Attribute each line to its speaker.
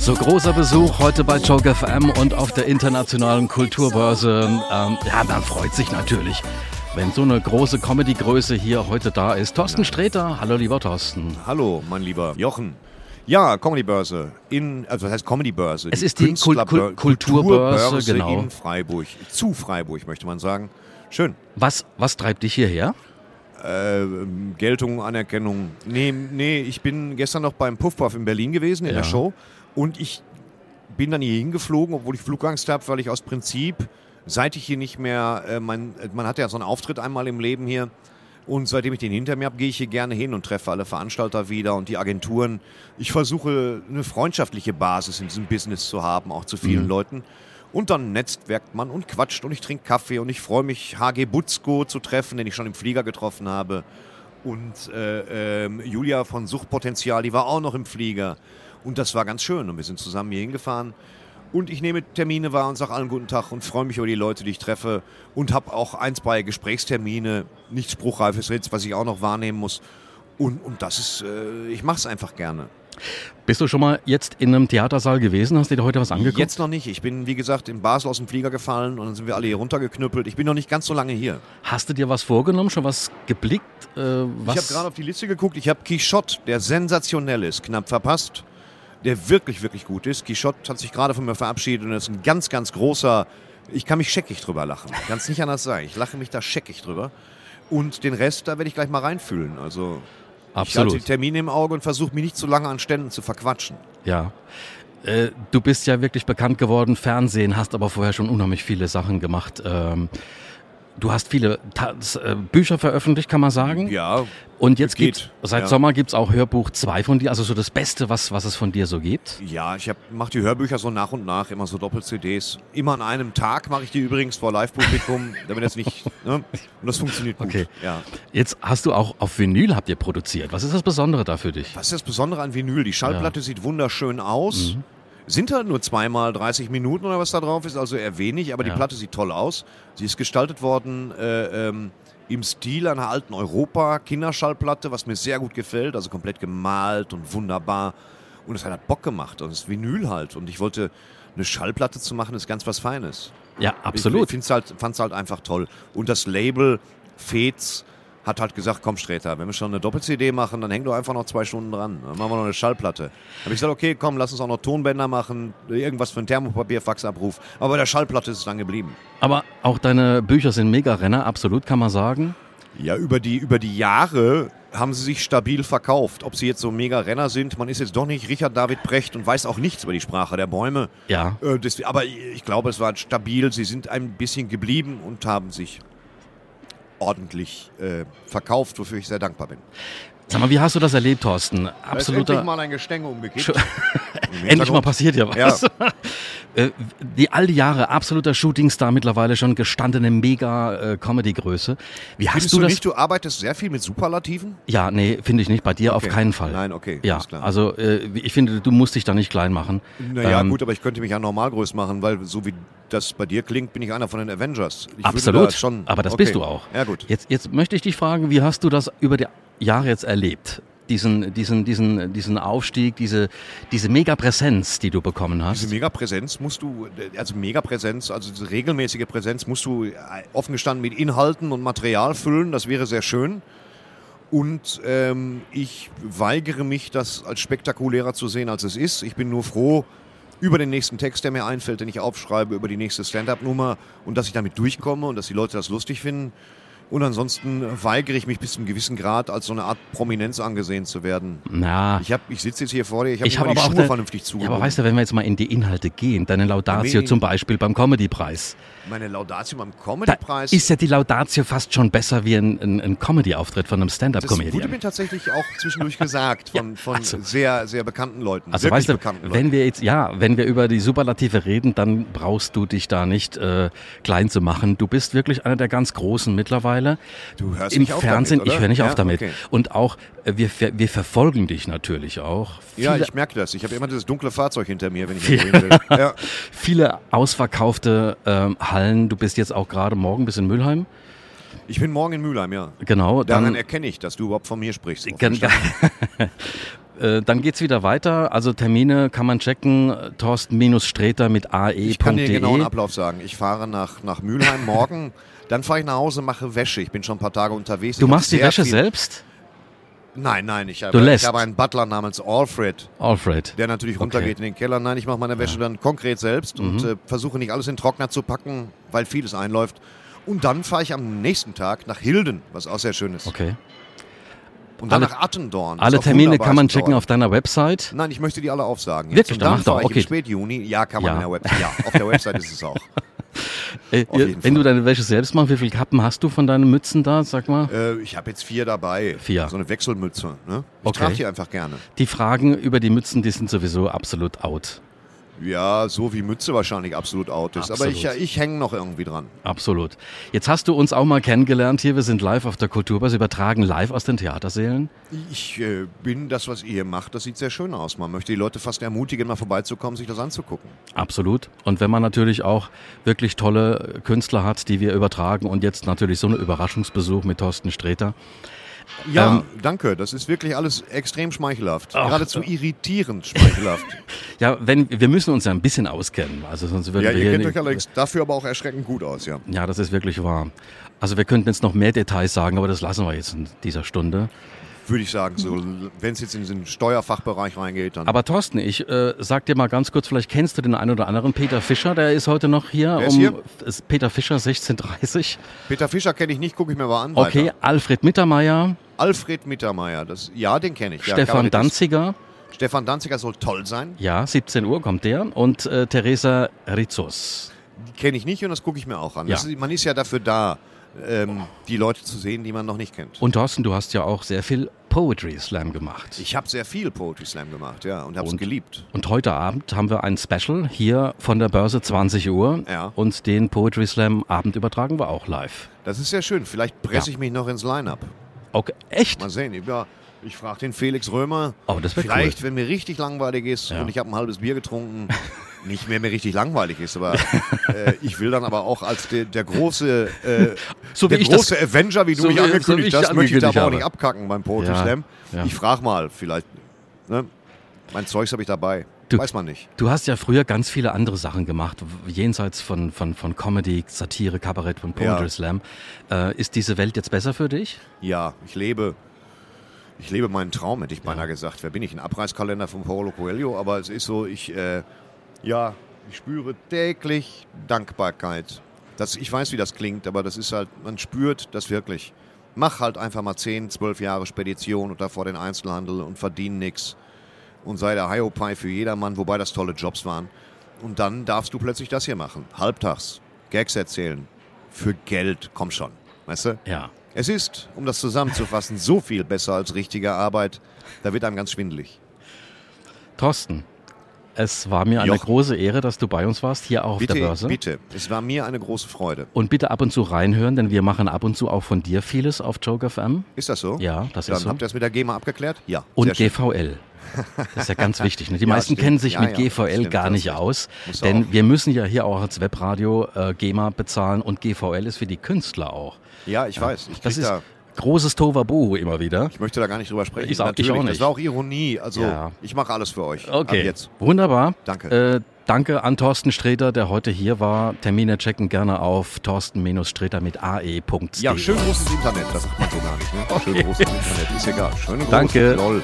Speaker 1: So großer Besuch heute bei Joke FM und auf der internationalen Kulturbörse. Ähm, ja, man freut sich natürlich, wenn so eine große Comedy-Größe hier heute da ist. Thorsten Sträter, hallo lieber Thorsten.
Speaker 2: Hallo, mein lieber Jochen. Ja, Comedy-Börse. In, also das heißt Comedy-Börse.
Speaker 1: Es ist die Kul-
Speaker 2: Künstlerbör-
Speaker 1: Kul- Kulturbörse, genau.
Speaker 2: in Freiburg. Zu Freiburg, möchte man sagen. Schön.
Speaker 1: Was, was treibt dich hierher?
Speaker 2: Ähm, Geltung, Anerkennung. Nee, nee, ich bin gestern noch beim Puff Puff in Berlin gewesen, in
Speaker 1: Ja.
Speaker 2: der Show. Und ich bin dann hier hingeflogen, obwohl ich Flugangst habe, weil ich aus Prinzip, seit ich hier nicht mehr, äh, mein, äh, man hat ja so einen Auftritt einmal im Leben hier. Und seitdem ich den hinter mir habe, gehe ich hier gerne hin und treffe alle Veranstalter wieder und die Agenturen. Ich versuche, eine freundschaftliche Basis in diesem Business zu haben, auch zu vielen Leuten. Und dann netzwerkt man und quatscht und ich trinke Kaffee und ich freue mich, HG Butzko zu treffen, den ich schon im Flieger getroffen habe. Und äh, ähm, Julia von Suchtpotenzial, die war auch noch im Flieger. Und das war ganz schön. Und wir sind zusammen hier hingefahren. Und ich nehme Termine wahr und sage allen guten Tag und freue mich über die Leute, die ich treffe. Und habe auch ein, zwei Gesprächstermine, nichts spruchreifes Ritz, was ich auch noch wahrnehmen muss. Und, und das ist, äh, ich mache es einfach gerne.
Speaker 1: Bist du schon mal jetzt in einem Theatersaal gewesen? Hast du dir heute was angeguckt?
Speaker 2: Jetzt noch nicht. Ich bin, wie gesagt, in Basel aus dem Flieger gefallen und dann sind wir alle hier runtergeknüppelt. Ich bin noch nicht ganz so lange hier.
Speaker 1: Hast du dir was vorgenommen, schon was geblickt? Äh, was?
Speaker 2: Ich habe gerade auf die Liste geguckt. Ich habe Quichotte, der sensationell ist, knapp verpasst. Der wirklich, wirklich gut ist. Quichotte hat sich gerade von mir verabschiedet und ist ein ganz, ganz großer. Ich kann mich scheckig drüber lachen. Ich kann es nicht anders sagen. Ich lache mich da scheckig drüber. Und den Rest, da werde ich gleich mal reinfühlen. Also, ich halte
Speaker 1: Absolut.
Speaker 2: die Termine im Auge und versuche mich nicht zu lange an Ständen zu verquatschen.
Speaker 1: Ja. Äh, Du bist ja wirklich bekannt geworden, Fernsehen, hast aber vorher schon unheimlich viele Sachen gemacht. Ähm, Du hast viele Ta s- äh, Bücher veröffentlicht, kann man sagen.
Speaker 2: Ja,
Speaker 1: Und jetzt
Speaker 2: geht,
Speaker 1: gibt's, seit
Speaker 2: ja.
Speaker 1: Sommer gibt's auch Hörbuch 2 von dir, also so das Beste, was, was es von dir so gibt.
Speaker 2: Ja, ich mache die Hörbücher so nach und nach, immer so Doppel-CDs. Immer an einem Tag mache ich die übrigens vor Live-Publikum, damit das nicht. Ne? Und das funktioniert gut.
Speaker 1: Okay.
Speaker 2: Ja.
Speaker 1: Jetzt hast du auch auf Vinyl habt ihr produziert. Was ist das Besondere da für dich?
Speaker 2: Was ist das Besondere an Vinyl? Die Schallplatte sieht wunderschön aus. Sind halt nur zweimal 30 Minuten oder was da drauf ist, also eher wenig, aber
Speaker 1: Ja.
Speaker 2: die Platte sieht toll aus. Sie ist gestaltet worden äh, ähm, im Stil einer alten Europa-Kinderschallplatte, was mir sehr gut gefällt, also komplett gemalt und wunderbar. Und es hat halt Bock gemacht und es ist Vinyl halt. Und ich wollte, eine Schallplatte zu machen, ist ganz was Feines.
Speaker 1: Ja,
Speaker 2: Ich,
Speaker 1: absolut.
Speaker 2: ich halt, fand es halt einfach toll. Und das Label Fez hat halt gesagt, komm Sträter, wenn wir schon eine Doppel-CD machen, dann häng doch einfach noch zwei Stunden dran. Dann machen wir noch eine Schallplatte. Hab ich gesagt, okay, komm, lass uns auch noch Tonbänder machen, irgendwas für ein Thermopapier, Faxabruf. Aber bei der Schallplatte ist es dann geblieben.
Speaker 1: Aber auch deine Bücher sind Mega-Renner, absolut, kann man sagen.
Speaker 2: Ja, über die, über die Jahre haben sie sich stabil verkauft. Ob sie jetzt so mega Renner sind, man ist jetzt doch nicht Richard David Brecht und weiß auch nichts über die Sprache der Bäume.
Speaker 1: Ja.
Speaker 2: Äh, deswe- aber ich glaube, es war stabil. Sie sind ein bisschen geblieben und haben sich ordentlich äh, verkauft, wofür ich sehr dankbar bin.
Speaker 1: Sag mal, wie hast du das erlebt, Thorsten?
Speaker 2: Da ist endlich
Speaker 1: Absoluter.
Speaker 2: mal ein Gestänge umgekippt.
Speaker 1: Schu-
Speaker 2: Im
Speaker 1: Endlich mal
Speaker 2: Hintergrund.
Speaker 1: passiert ja was. Äh, Die all die Jahre absoluter Shootingstar mittlerweile schon gestandene Mega-Comedy-Größe. Wie hast
Speaker 2: Findest
Speaker 1: du
Speaker 2: du
Speaker 1: das?
Speaker 2: nicht, du arbeitest sehr viel mit Superlativen?
Speaker 1: Ja, nee, finde ich nicht. Bei dir auf
Speaker 2: Okay.
Speaker 1: keinen Fall.
Speaker 2: Nein, okay,
Speaker 1: Ja,
Speaker 2: alles klar.
Speaker 1: also äh, ich finde, du musst dich da nicht klein machen.
Speaker 2: Naja,
Speaker 1: Ähm,
Speaker 2: gut, aber ich könnte mich ja normal groß machen, weil so wie das bei dir klingt, bin ich einer von den Avengers. Ich würde
Speaker 1: Absolut.
Speaker 2: da schon,
Speaker 1: Aber das
Speaker 2: okay.
Speaker 1: bist du auch.
Speaker 2: Ja, gut.
Speaker 1: Jetzt, jetzt möchte ich dich fragen, wie hast du das über die Jahre jetzt erlebt? Diesen, diesen, diesen, diesen Aufstieg, diese, diese Mega-Präsenz, die du bekommen hast.
Speaker 2: Diese Megapräsenz musst du, also Megapräsenz, also diese regelmäßige Präsenz musst du äh, offen gestanden mit Inhalten und Material füllen, das wäre sehr schön. Und ähm, ich weigere mich, das als spektakulärer zu sehen, als es ist. Ich bin nur froh über den nächsten Text, der mir einfällt, den ich aufschreibe, über die nächste Stand-up-Nummer und dass ich damit durchkomme und dass die Leute das lustig finden. Und ansonsten weigere ich mich bis zu einem gewissen Grad, als so eine Art Prominenz angesehen zu werden.
Speaker 1: Na,
Speaker 2: Ich, hab, ich sitze jetzt hier vor dir, ich habe
Speaker 1: Ich
Speaker 2: hab
Speaker 1: habe
Speaker 2: mir
Speaker 1: aber
Speaker 2: die
Speaker 1: auch
Speaker 2: Schuhe
Speaker 1: eine-
Speaker 2: vernünftig
Speaker 1: ja,
Speaker 2: zugebunden.
Speaker 1: aber weißt du, wenn wir jetzt mal in die Inhalte gehen, deine Laudatio
Speaker 2: Nee.
Speaker 1: zum Beispiel beim Comedy-Preis.
Speaker 2: Meine Laudatio beim
Speaker 1: Da
Speaker 2: Comedy-Preis.
Speaker 1: ist ja die Laudatio fast schon besser wie ein, ein, ein Comedy-Auftritt von einem
Speaker 2: das wurde
Speaker 1: Stand-Up-Comedian.
Speaker 2: mir tatsächlich auch zwischendurch gesagt von, von
Speaker 1: also-
Speaker 2: sehr, sehr bekannten Leuten.
Speaker 1: Also
Speaker 2: wirklich
Speaker 1: weißt du,
Speaker 2: bekannten Leuten.
Speaker 1: wenn wir jetzt, ja, wenn wir über die Superlative reden, dann brauchst du dich da nicht äh, klein zu machen. Du bist wirklich einer der ganz Großen mittlerweile.
Speaker 2: Du hörst
Speaker 1: Im
Speaker 2: nicht auf
Speaker 1: Fernsehen,
Speaker 2: damit, oder?
Speaker 1: ich höre nicht
Speaker 2: ja,
Speaker 1: auf damit.
Speaker 2: Okay.
Speaker 1: Und auch, äh, wir, ver- wir verfolgen dich natürlich auch.
Speaker 2: Ja,
Speaker 1: Viele-
Speaker 2: ich merke das. Ich habe immer dieses dunkle Fahrzeug hinter mir, wenn ich irgendwo hin will. Ja.
Speaker 1: Viele ausverkaufte ähm, Hallen. Du bist jetzt auch gerade morgen bis in Mülheim.
Speaker 2: Ich bin morgen in Mülheim, ja.
Speaker 1: Genau.
Speaker 2: Daran
Speaker 1: Dann,
Speaker 2: erkenne ich, dass du überhaupt von mir sprichst.
Speaker 1: Gen- Äh, dann geht's wieder weiter. Also Termine kann man checken. Thorsten-Streter mit E ae.de.
Speaker 2: Ich kann dir genau einen Ablauf sagen. Ich fahre nach, nach Mülheim morgen, dann fahre ich nach Hause, mache Wäsche. Ich bin schon ein paar Tage unterwegs.
Speaker 1: Du
Speaker 2: Ich hab
Speaker 1: machst die
Speaker 2: sehr
Speaker 1: Wäsche
Speaker 2: viel-
Speaker 1: selbst?
Speaker 2: Nein, nein, ich
Speaker 1: Du
Speaker 2: habe,
Speaker 1: lässt.
Speaker 2: ich habe einen Butler namens Alfred,
Speaker 1: Alfred.
Speaker 2: der natürlich runtergeht in den Keller. Nein, ich mache meine Wäsche dann konkret selbst
Speaker 1: Mhm.
Speaker 2: und äh, versuche nicht alles in den Trockner zu packen, weil vieles einläuft. Und dann fahre ich am nächsten Tag nach Hilden, was auch sehr schön ist.
Speaker 1: Okay.
Speaker 2: Und dann
Speaker 1: Alle-
Speaker 2: nach Attendorn. was
Speaker 1: Alle
Speaker 2: auch
Speaker 1: Termine
Speaker 2: wunderbar
Speaker 1: kann man
Speaker 2: ist dort.
Speaker 1: checken auf deiner Website.
Speaker 2: Nein, ich möchte die alle aufsagen. Jetzt.
Speaker 1: Wirklich?
Speaker 2: Und
Speaker 1: Dann
Speaker 2: dann
Speaker 1: mach doch,
Speaker 2: fahre ich
Speaker 1: okay.
Speaker 2: im Spätjuni. Ja, kann man
Speaker 1: Ja.
Speaker 2: in der Website. Ja, auf der Website ist es auch.
Speaker 1: Äh,
Speaker 2: auf
Speaker 1: ihr-
Speaker 2: jeden
Speaker 1: wenn du
Speaker 2: Fall.
Speaker 1: deine Wäsche selbst machst, wie viele Kappen hast du von deinen Mützen da? Sag mal.
Speaker 2: Äh, ich habe jetzt vier dabei.
Speaker 1: Vier.
Speaker 2: So eine Wechselmütze. Ne? Ich
Speaker 1: Okay.
Speaker 2: trage die einfach gerne.
Speaker 1: Die Fragen über die Mützen, die sind sowieso absolut out.
Speaker 2: Ja, so wie Mütze wahrscheinlich absolut out ist. Aber
Speaker 1: Absolut.
Speaker 2: ich, ja, ich hänge noch irgendwie dran.
Speaker 1: Absolut. Jetzt hast du uns auch mal kennengelernt hier. Wir sind live auf der Kulturbörse, übertragen live aus den Theatersälen.
Speaker 2: Ich äh, bin das, was ihr macht, das sieht sehr schön aus. Man möchte die Leute fast ermutigen, mal vorbeizukommen, sich das anzugucken.
Speaker 1: Absolut. Und wenn man natürlich auch wirklich tolle Künstler hat, die wir übertragen und jetzt natürlich so einen Überraschungsbesuch mit Thorsten Sträter.
Speaker 2: Ja, Ähm, danke. Das ist wirklich alles extrem schmeichelhaft.
Speaker 1: Ach,
Speaker 2: Geradezu irritierend schmeichelhaft.
Speaker 1: Ja, wenn, wir müssen uns ja ein bisschen auskennen. Also sonst würden
Speaker 2: ja,
Speaker 1: wir
Speaker 2: ihr
Speaker 1: hier
Speaker 2: kennt
Speaker 1: nicht-
Speaker 2: euch allerdings dafür aber auch erschreckend gut aus, ja.
Speaker 1: Ja, das ist wirklich wahr. Also wir könnten jetzt noch mehr Details sagen, aber das lassen wir jetzt in dieser Stunde.
Speaker 2: Würde ich sagen, so, wenn es jetzt in den Steuerfachbereich reingeht, dann.
Speaker 1: Aber Thorsten, ich äh, sag dir mal ganz kurz, vielleicht kennst du den einen oder anderen Peter Fischer, der ist heute noch hier.
Speaker 2: Wer ist
Speaker 1: um,
Speaker 2: hier?
Speaker 1: Ist Peter Fischer, 16.30
Speaker 2: Peter Fischer kenne ich nicht, gucke ich mir mal an.
Speaker 1: Okay,
Speaker 2: Weiter.
Speaker 1: Alfred Mittermeier,
Speaker 2: Alfred Mittermeier, das, ja, den kenne ich. Ja,
Speaker 1: Stefan
Speaker 2: Kabarettist.
Speaker 1: Danziger,
Speaker 2: Stefan Danziger soll toll sein.
Speaker 1: ja, 17 Uhr kommt der, und äh, Teresa Rizos.
Speaker 2: Die kenne ich nicht und das gucke ich mir auch an.
Speaker 1: Ja.
Speaker 2: Das ist, man ist ja dafür da, ähm, die Leute zu sehen, die man noch nicht kennt.
Speaker 1: Und Thorsten, du hast ja auch sehr viel Poetry Slam gemacht.
Speaker 2: Ich habe sehr viel Poetry Slam gemacht, ja, und habe es
Speaker 1: Und?
Speaker 2: geliebt.
Speaker 1: Und heute Abend haben wir ein Special hier von der Börse 20 Uhr
Speaker 2: Ja.
Speaker 1: und den Poetry Slam Abend übertragen wir auch live.
Speaker 2: Das ist sehr schön. Vielleicht presse ich mich noch ins Line-Up.
Speaker 1: Okay, echt?
Speaker 2: Mal sehen. Ja, ich frage den Felix Römer.
Speaker 1: Oh, das wäre cool.
Speaker 2: Vielleicht, wenn mir richtig langweilig ist
Speaker 1: Ja.
Speaker 2: und ich habe ein halbes Bier getrunken, nicht mehr mir richtig langweilig ist, aber äh, ich will dann aber auch als der, der große, äh,
Speaker 1: So
Speaker 2: der
Speaker 1: wie ich das-
Speaker 2: große Avenger, wie du
Speaker 1: so
Speaker 2: mich
Speaker 1: wie- so wie
Speaker 2: angekündigt
Speaker 1: ich
Speaker 2: hast, möchte ich
Speaker 1: angekündigt
Speaker 2: da aber auch
Speaker 1: habe.
Speaker 2: nicht abkacken beim Poetry
Speaker 1: Ja,
Speaker 2: Slam.
Speaker 1: ja.
Speaker 2: Ich frage mal, vielleicht. Ne? Mein Zeugs habe ich dabei.
Speaker 1: Du-
Speaker 2: Weiß man nicht.
Speaker 1: Du hast ja früher ganz viele andere Sachen gemacht, w- jenseits von, von, von Comedy, Satire, Kabarett und Poetry
Speaker 2: Ja.
Speaker 1: Slam. Äh, ist diese Welt jetzt besser für dich?
Speaker 2: Ja, ich lebe. Ich lebe meinen Traum, hätte ich beinahe gesagt. Wer bin ich? Ein Abreißkalender von Paolo Coelho, aber es ist so, ich, äh, ja, ich spüre täglich Dankbarkeit. Das, ich weiß, wie das klingt, aber das ist halt, man spürt das wirklich. Mach halt einfach mal 10, 12 Jahre Spedition und davor den Einzelhandel und verdien nix und sei der Hiopai für jedermann, wobei das tolle Jobs waren. Und dann darfst du plötzlich das hier machen. Halbtags, Gags erzählen, für Geld, komm schon. Weißt du?
Speaker 1: Ja.
Speaker 2: Es ist, um das zusammenzufassen, so viel besser als richtige Arbeit. Da wird einem ganz schwindelig.
Speaker 1: Thorsten, es war mir eine
Speaker 2: Jochen.
Speaker 1: große Ehre, dass du bei uns warst, hier auch auf der
Speaker 2: Bitte,
Speaker 1: Börse.
Speaker 2: bitte. Es war mir eine große Freude.
Speaker 1: Und bitte ab und zu reinhören, denn wir machen ab und zu auch von dir vieles auf Joker FM.
Speaker 2: Ist das so?
Speaker 1: Ja, das
Speaker 2: Dann
Speaker 1: ist so.
Speaker 2: habt ihr das mit der GEMA abgeklärt? Ja.
Speaker 1: Und
Speaker 2: sehr schön.
Speaker 1: GVL. Das ist ja ganz wichtig. Ne? Die
Speaker 2: Ja,
Speaker 1: meisten
Speaker 2: stimmt.
Speaker 1: kennen sich
Speaker 2: Ja,
Speaker 1: mit
Speaker 2: ja,
Speaker 1: GVL
Speaker 2: stimmt,
Speaker 1: gar
Speaker 2: das
Speaker 1: nicht
Speaker 2: ist richtig.
Speaker 1: aus,
Speaker 2: Muss ja
Speaker 1: denn
Speaker 2: auch.
Speaker 1: wir müssen ja hier auch als Webradio äh, GEMA bezahlen und GVL ist für die Künstler auch.
Speaker 2: Ja, ich weiß. Ich,
Speaker 1: Das
Speaker 2: krieg
Speaker 1: ist
Speaker 2: da,
Speaker 1: großes Tovabohu immer wieder.
Speaker 2: ich möchte da gar nicht drüber sprechen.
Speaker 1: Ich auch- ich
Speaker 2: Natürlich,
Speaker 1: auch
Speaker 2: Das
Speaker 1: nicht.
Speaker 2: war auch Ironie. Also,
Speaker 1: Ja.
Speaker 2: ich mache alles für euch.
Speaker 1: Okay,
Speaker 2: Ab jetzt.
Speaker 1: wunderbar.
Speaker 2: Danke.
Speaker 1: Äh, danke an Thorsten Sträter, der heute hier war. Termine checken gerne auf thorsten-streter mit ae.de.
Speaker 2: Ja, schön großes Internet. Das sagt man so gar nicht. Ne? Schön großes Internet. Ist egal. Schöne große.
Speaker 1: Danke.
Speaker 2: Lol.